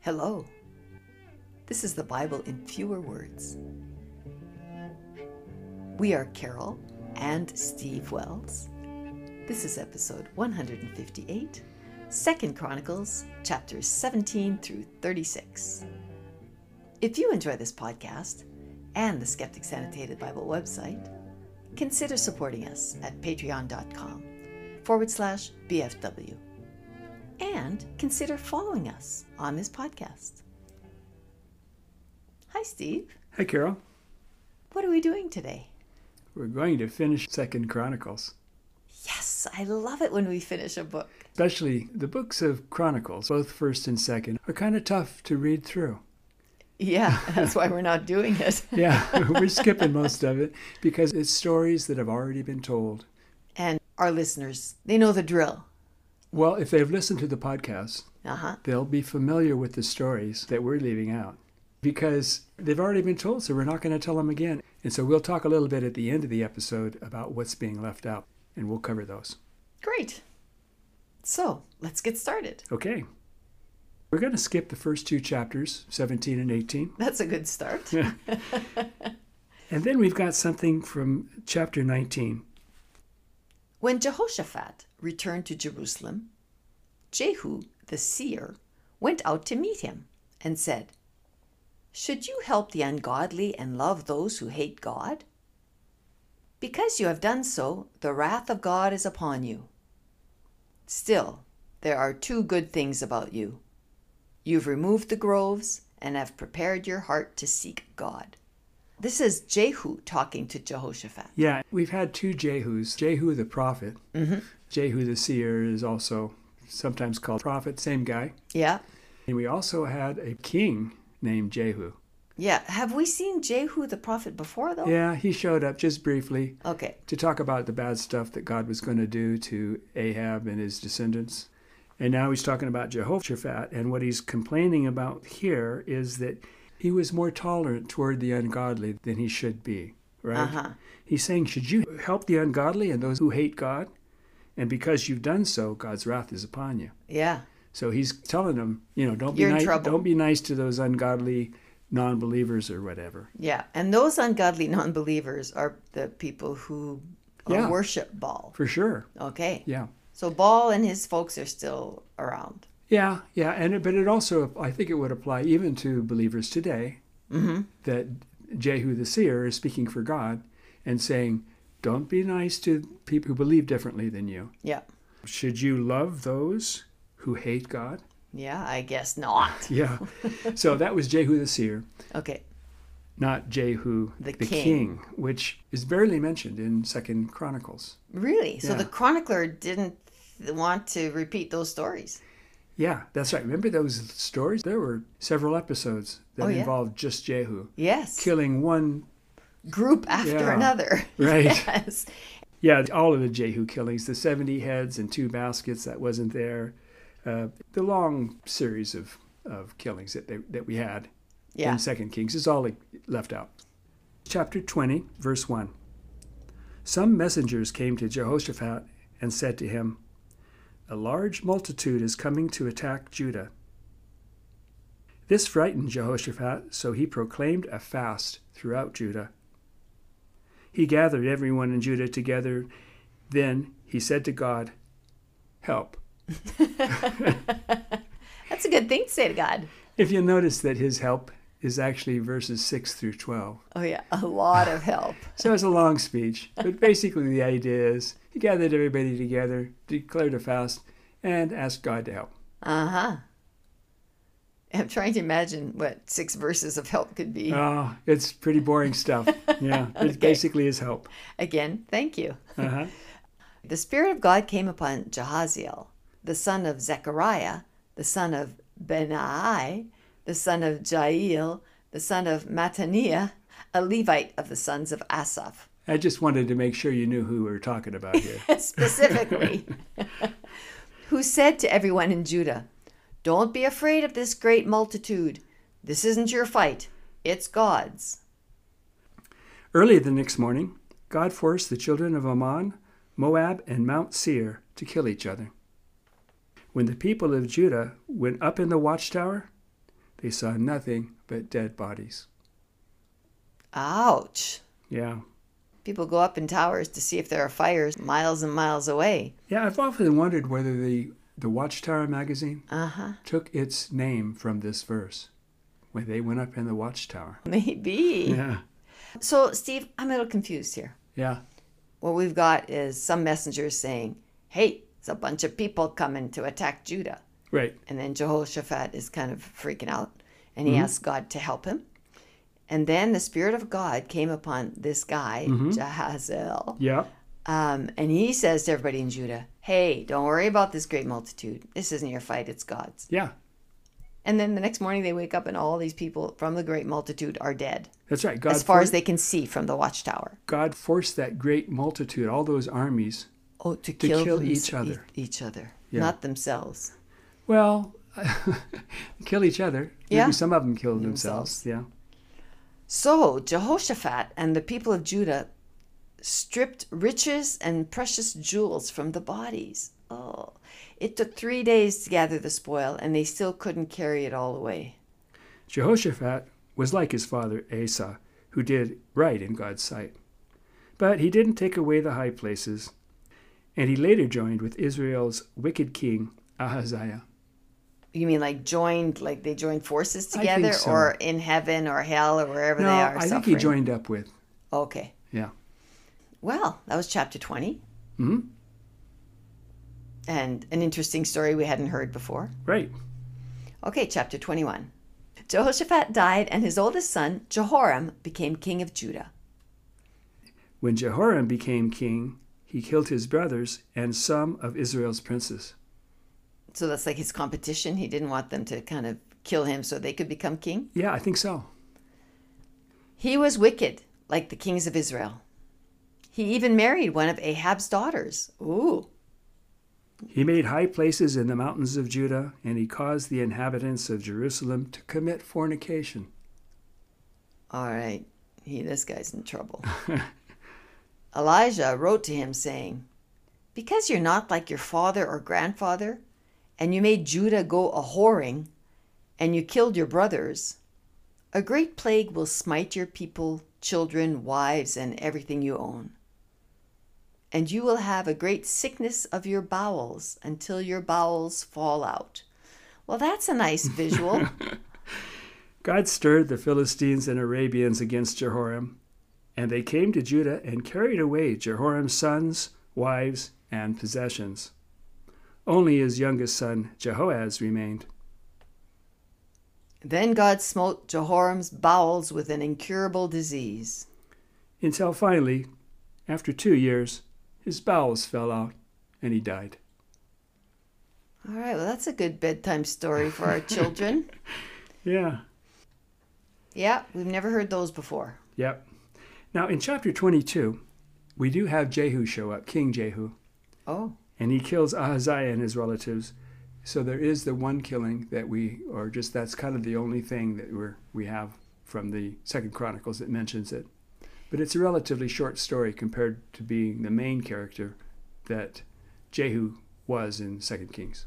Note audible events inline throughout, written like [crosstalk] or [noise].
Hello. This is the Bible in fewer words. We are Carol and Steve Wells. This is episode 158, 2nd Chronicles chapters 17 through 36. If you enjoy this podcast and the Skeptics Annotated Bible website, consider supporting us at patreon.com forward slash BFW and consider following us on this podcast. Hi, Steve. Hey, Carol. What are we doing today? We're going to finish Second Chronicles, Yes, I love it when we finish a book. especially the books of Chronicles, both First and Second, are kind of tough to read through. Yeah, [laughs] that's why we're not doing it. Yeah, [laughs] we're skipping most of it because it's stories that have already been told. And our listeners, they know the drill. Well, if they've listened to the podcast, Uh huh. they'll be familiar with the stories that we're leaving out because they've already been told, so we're not going to tell them again. And so we'll talk a little bit at the end of the episode about what's being left out, and we'll cover those. Great. So let's get started. Okay. We're going to skip the first two chapters, 17 and 18. That's a good start. And then we've got something from chapter 19. When Jehoshaphat returned to Jerusalem, Jehu the seer went out to meet him and said, Should you help the ungodly and love those who hate God? Because you have done so, the wrath of God is upon you. Still, there are two good things about you. You've removed the groves and have prepared your heart to seek God. This is Jehu talking to Jehoshaphat. Yeah, we've had two Jehus Jehu the prophet, Jehu the seer is also sometimes called prophet, same guy. Yeah? And we also had a king named Jehu. Yeah. Have we seen Jehu the prophet before, though? Yeah, he showed up just briefly Okay. to talk about the bad stuff that God was going to do to Ahab and his descendants. And now he's talking about Jehoshaphat. And what he's complaining about here is that he was more tolerant toward the ungodly than he should be, right? Uh-huh. He's saying, Should you help the ungodly and those who hate God? And because you've done so, God's wrath is upon you. Yeah. So he's telling them, you know, don't be You're in nice, trouble. don't be nice to those ungodly non-believers or whatever. Yeah. And those ungodly non believers are the people who uh, Yeah. worship Baal. For sure. Okay. Yeah. So Baal and his folks are still around. Yeah, yeah, and it, but it also I think it would apply even to believers today Mm-hmm. that Jehu the seer is speaking for God and saying, "Don't be nice to people who believe differently than you. Yeah. Should you love those who hate God?" [laughs] Yeah. I guess not. Yeah, so that was Jehu the seer, Okay. not Jehu The king. king. which is barely mentioned in Second Chronicles. Really? So Yeah. the chronicler didn't want to repeat those stories. Yeah, that's right. Remember those stories? There were several episodes that Oh, yeah. involved just Jehu Yes. killing one Group after Yeah. another. [laughs] Right. Yes. Yeah, all of the Jehu killings, the 70 heads and two baskets that wasn't there, uh, the long series of, of killings that, they, that we had Yeah. in Second Kings is all left out. Chapter 20, verse 1. Some messengers came to Jehoshaphat and said to him, A large multitude is coming to attack Judah. This frightened Jehoshaphat, so he proclaimed a fast throughout Judah. He gathered everyone in Judah together. Then he said to God, Help. That's a good thing to say to God. If you notice that his help is actually verses 6 through 12. Oh, yeah. A lot of help. So it's a long speech, but basically the idea is he gathered everybody together, declared a fast, and asked God to help. Uh huh. I'm trying to imagine what six verses of help could be. Oh, it's pretty boring stuff. Yeah, Okay. it basically is help. Again, thank you. Uh-huh. [laughs] The Spirit of God came upon Jehaziel, the son of Zechariah, the son of Benai, the son of Jael, the son of Mattaniah, a Levite of the sons of Asaph, [laughs] I just wanted to make sure you knew who we were talking about here. specifically, who said to everyone in Judah, Don't be afraid of this great multitude. This isn't your fight, it's God's. Early the next morning, God forced the children of Ammon, Moab, and Mount Seir to kill each other. When the people of Judah went up in the watchtower, they saw nothing but dead bodies. Ouch. Yeah. People go up in towers to see if there are fires miles and miles away. Yeah, I've often wondered whether the, the Watchtower magazine Uh huh. took its name from this verse when they went up in the watchtower. [laughs] Maybe. Yeah. So, Steve, I'm a little confused here. Yeah. What we've got is some messengers saying, hey, it's a bunch of people coming to attack Judah. Right. And then Jehoshaphat is kind of freaking out and he asks God to help him. And then the Spirit of God came upon this guy, Jahaziel. Yeah. Um, and he says to everybody in Judah, Hey, don't worry about this great multitude. This isn't your fight, it's God's. Yeah. And then the next morning they wake up and all these people from the great multitude are dead, That's right. God as far for- as they can see from the watchtower. God forced that great multitude, all those armies. Oh, to, kill, kill thems- each other. e- each other, Yeah. not themselves. Well, [laughs] kill each other. Yeah. Maybe some of them killed themselves. Yeah. So Jehoshaphat and the people of Judah stripped riches and precious jewels from the bodies. Oh, it took three days to gather the spoil, and they still couldn't carry it all away. Jehoshaphat was like his father Asa, who did right in God's sight. But he didn't take away the high places, and he later joined with Israel's wicked king Ahaziah. You mean like joined, like they joined forces I think together, so. or in heaven or hell or wherever No, they are I think he suffering? joined up with. Okay. Yeah. Well, that was chapter 20, hmm and an interesting story we hadn't heard before. Right. Okay, chapter 21. Jehoshaphat died, and his oldest son, Jehoram, became king of Judah. When Jehoram became king, he killed his brothers and some of Israel's princes. So that's like his competition. He didn't want them to kind of kill him so they could become king. Yeah, I think so. He was wicked, like the kings of Israel. He even married one of Ahab's daughters. Ooh. He made high places in the mountains of Judah, and he caused the inhabitants of Jerusalem to commit fornication. All right, he, this guy's in trouble. Elijah wrote to him saying, Because you're not like your father or grandfather, and you made Judah go a whoring, and you killed your brothers, a great plague will smite your people, children, wives, and everything you own. And you will have a great sickness of your bowels until your bowels fall out. Well, that's a nice visual. God stirred the Philistines and Arabians against Jehoram, and they came to Judah and carried away Jehoram's sons, wives, and possessions. Only his youngest son, Jehoaz, remained. Then God smote Jehoram's bowels with an incurable disease. Until finally, after two years, his bowels fell out and he died. All right, well, that's a good bedtime story for our children. [laughs] Yeah. yeah, we've never heard those before. Yep. Now, in chapter 22, we do have Jehu show up, King Jehu, Oh, and he kills Ahaziah and his relatives. So there is the one killing that we, or just that's kind of the only thing that we're, we have from the Second Chronicles that mentions it. But it's a relatively short story compared to being the main character that Jehu was in Second Kings.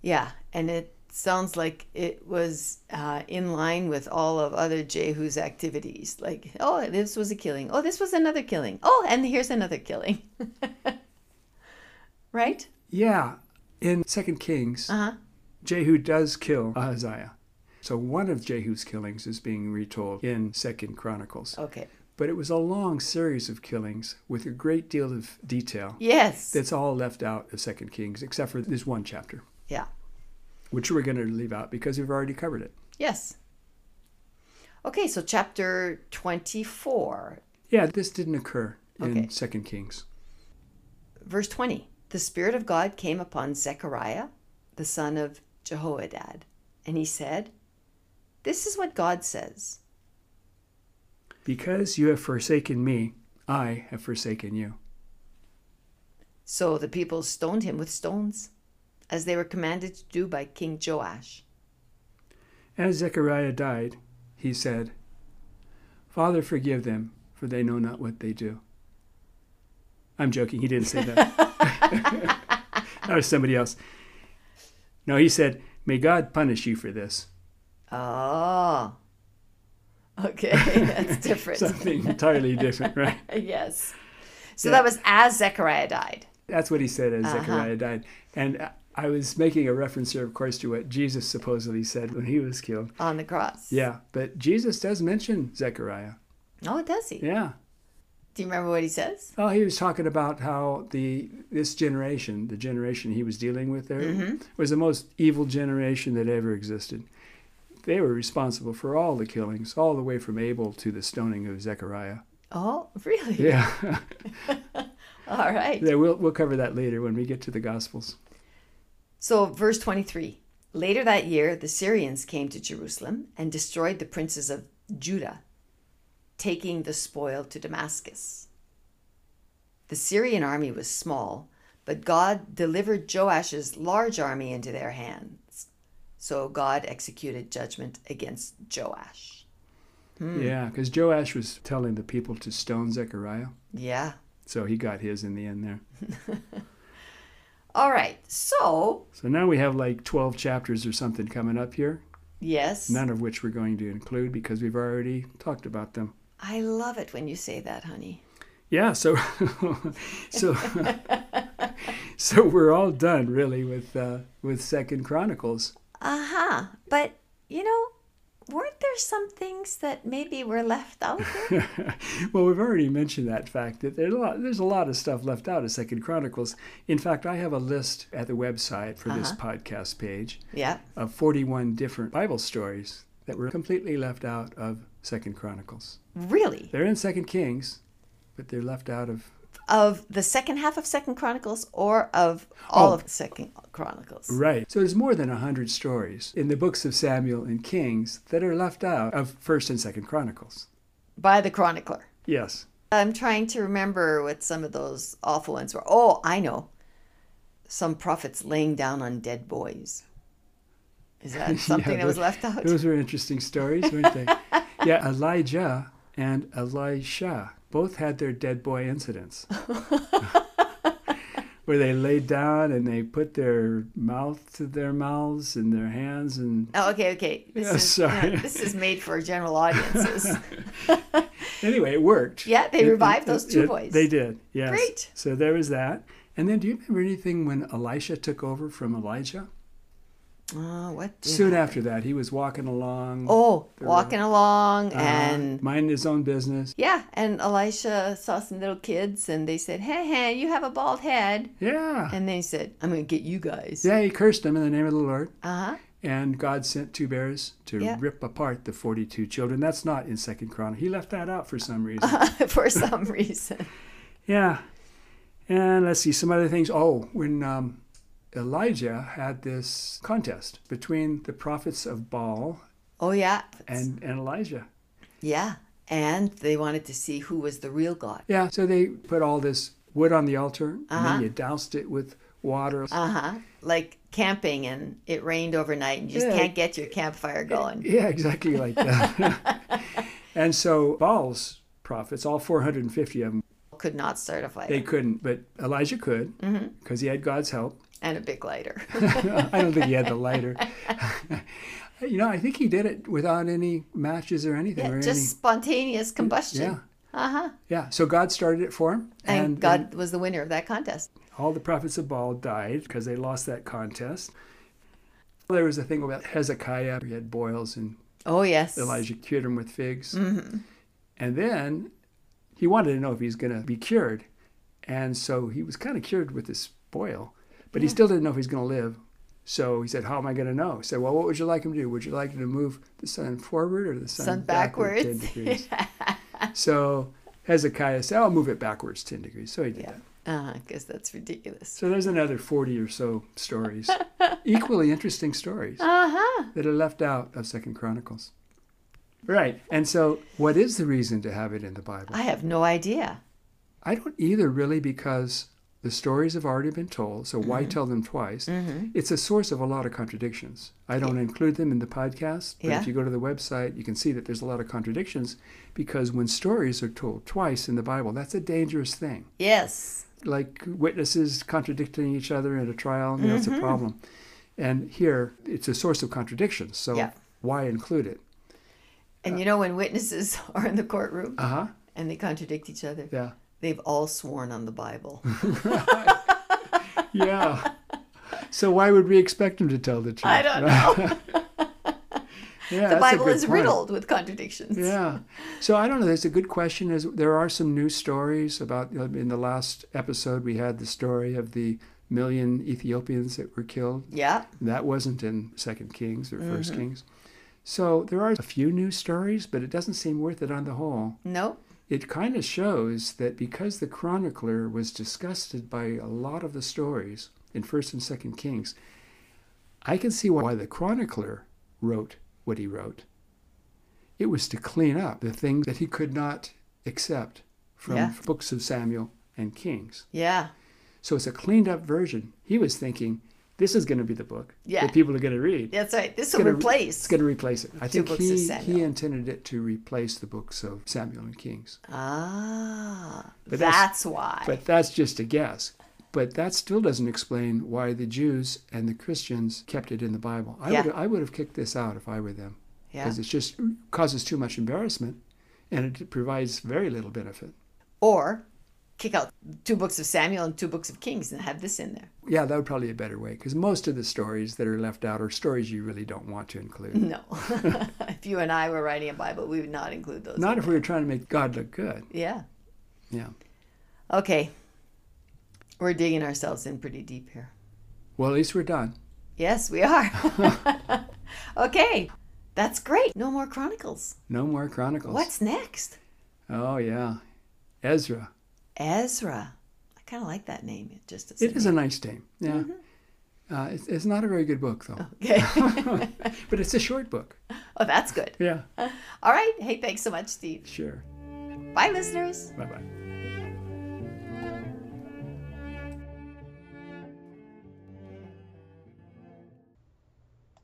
yeah, and it sounds like it was uh, in line with all of other Jehu's activities. Like, oh, this was a killing. Oh, this was another killing. Oh, and here's another killing. [laughs] right? Yeah, in Second Kings, Uh huh. Jehu does kill Ahaziah. So one of Jehu's killings is being retold in Second Chronicles. Okay. But it was a long series of killings with a great deal of detail Yes. that's all left out of Second Kings, except for this one chapter, yeah. which we're going to leave out because we've already covered it. Yes. Okay, so chapter 24. Yeah, this didn't occur in Okay. Second Kings. Verse 20 The Spirit of God came upon Zechariah, the son of Jehoadad, and he said, This is what God says. Because you have forsaken me, I have forsaken you. So the people stoned him with stones, as they were commanded to do by King Joash. As Zechariah died, he said, Father, forgive them, for they know not what they do. I'm joking. He didn't say that. [laughs] that was somebody else. No, he said, May God punish you for this. Oh. Okay, [laughs] [laughs] that's different. Something entirely different, right? [laughs] yes. So Yeah. that was as Zechariah died. That's what he said as Zechariah died. And I- I was making a reference here, of course, to what Jesus supposedly said when he was killed. on the cross. Yeah, but Jesus does mention Zechariah. Oh, does he? Yeah. Do you remember what he says? Oh, he was talking about how the this generation, the generation he was dealing with there, was the most evil generation that ever existed. They were responsible for all the killings, all the way from Abel to the stoning of Zechariah. Oh, really? Yeah, [laughs] All right. yeah we'll, we'll cover that later when we get to the Gospels. So, verse 23 Later that year, the Syrians came to Jerusalem and destroyed the princes of Judah, taking the spoil to Damascus. The Syrian army was small, but God delivered Joash's large army into their hands. So, God executed judgment against Joash. Yeah, because Joash was telling the people to stone Zechariah, Yeah. so he got his in the end there. All right. So, So now we have like 12 chapters or something coming up here, yes. none of which we're going to include because we've already talked about them. I love it when you say that, honey. Yeah, so [laughs] so [laughs] so we're all done really with uh, with Second Chronicles. [laughs] Uh-huh. But, you know, weren't there some things that maybe were left [laughs] out? well, we've already mentioned that fact that there's a lot there's a lot of stuff left out of Second Chronicles. In fact, I have a list at the website for this podcast page yeah. of 41 different Bible stories that were completely left out of Second Chronicles. Really? They're in Second Kings, but they're left out of Of the second half of Second Chronicles or of all Oh. of Second Chronicles? Right. So there's more than 100 stories in the books of Samuel and Kings that are left out of 1st and 2nd Chronicles. By the chronicler. Yes. I'm trying to remember what some of those awful ones were. Oh, I know. Some prophets laying down on dead boys. Is that something [laughs] Yeah, that was tho- left out? Those were interesting stories, [laughs] weren't they? yeah, Elijah and Elisha both had their dead boy [laughs] incidents. Where they laid down and they put their mouth to their mouths and their hands and Oh, okay, okay. This Yeah, is sorry. yeah, this is made for general audiences. [laughs] [laughs] anyway, it worked. Yeah, they It- revived it- those two it- boys. They did. Yes. Great. So there was that. And then, do you remember anything when Elisha took over from Elijah? oh, what? did Soon after that, he was walking along, Oh, They're walking along uh, and minding his own business. yeah, and Elisha saw some little kids and they said, "Hey, hey, you have a bald head." Yeah. And they said, "I'm going to get you guys." yeah, he cursed them in the name of the Lord. Uh-huh. [laughs] And God sent two bears to Yeah. rip apart the 42 children. That's not in Second Chronicle. He left that out for some reason. [laughs] For some reason. Yeah. And let's see some other things. Oh, when um, Elijah had this contest between the prophets of Baal Oh yeah. and, and Elijah. yeah, and they wanted to see who was the real God. Yeah, so they put all this wood on the altar and Uh-huh. then you doused it with water. Uh-huh. Like camping and it rained overnight and you just Yeah. can't get your campfire going. Yeah, exactly like that. [laughs] and so Baal's prophets, all 450 of them, Could not start a fire. they couldn't, but Elijah could Mm-hmm. because he had God's help. [laughs] and a big lighter. I don't think he had the lighter. [laughs] you know, I think he did it without any matches or anything. or [laughs] just spontaneous combustion. any, yeah, Uh-huh. yeah. So God started it for him, And, and, God was the winner of that contest. all the prophets of Baal died because they lost that contest. There was a thing about Hezekiah; he had boils, and Oh yes. Elijah cured him with figs. Mm-hmm. And then he wanted to know if he's going to be cured. And so he was kind of cured with this boil, but he still didn't know if he's going to live. So he said, How am I going to know? He said, Well, what would you like him to do? Would you like him to move the sun forward or the sun, Sun backward 10 backwards. [laughs] degrees? So Hezekiah said, I'll move it backwards 10 degrees. So he did Yeah. that. Uh, I guess that's ridiculous. So there's another 40 or so [laughs] stories, equally interesting stories Uh-huh. that are left out of Second Chronicles. Right. And so, what is the reason to have it in the Bible? I have no idea. I don't either, really, because the stories have already been told, so Mm-hmm. why tell them twice? It's a source of a lot of contradictions. I don't include them in the podcast, but Yeah. if you go to the website, you can see that there's a lot of contradictions because when stories are told twice in the Bible, that's a dangerous thing. Yes. Like witnesses contradicting Mm-hmm. each other in a trial, you know, it's a problem. And here, it's a source of contradictions. So Yeah. Why include it? And you know, when witnesses [laughs] are in the courtroom Uh huh. and they contradict each other, Yeah. they've all sworn on the [laughs] Bible. Yeah. so why would we expect him to tell the truth? I don't know. Yeah, the that's a Bible good is point. riddled with contradictions. Yeah. So I don't know. That's a good question. Is there are some news stories about you know, in the last episode we had the story of the million Ethiopians that were killed. Yeah. That wasn't in Second Kings or 1st Mm-hmm. Kings. So there are a few news stories, but it doesn't seem worth it on the whole. No. It kind of shows that because the chronicler was disgusted by a lot of the stories in First and Second Kings, I can see why the chronicler wrote what he wrote. It was to clean up the things that he could not accept from Yeah. books of Samuel and Kings. Yeah. So it's a cleaned up version. He was thinking, this is going to be the book Yeah. that people are going to read. That's right. This It's will gonna- replace. It's going to replace it. I think books of he, Samuel. he intended it to replace the books of Samuel and Kings. Ah. But that's- that's why. But that's just a guess. But that still doesn't explain why the Jews and the Christians kept it in the Bible. I, Yeah. would, I would have kicked this out if I were them yeah. because it just causes too much embarrassment and it provides very little benefit. Or kick out two books of Samuel and two books of Kings and have this in there. Yeah, that would probably be a better way because most of the stories that are left out are stories you really don't want [laughs] to include. No. if you and I were writing a Bible, we would not include those. Not if we were trying to make God look good. Yeah. Yeah. Okay. We're digging ourselves in pretty deep here. Well, at least we're done. Yes, we are. [laughs] okay. That's great. No more Chronicles. No more Chronicles. What's next? Oh, yeah. Ezra. Ezra. I kind of like that name. It just is. It is a nice name. Yeah. Uh, it's, it's not a very good book, though, [laughs] Okay. [laughs] but it's a short book. oh, that's good. Yeah. All right. Hey, thanks so much, Steve. Sure. Bye, listeners. Bye bye.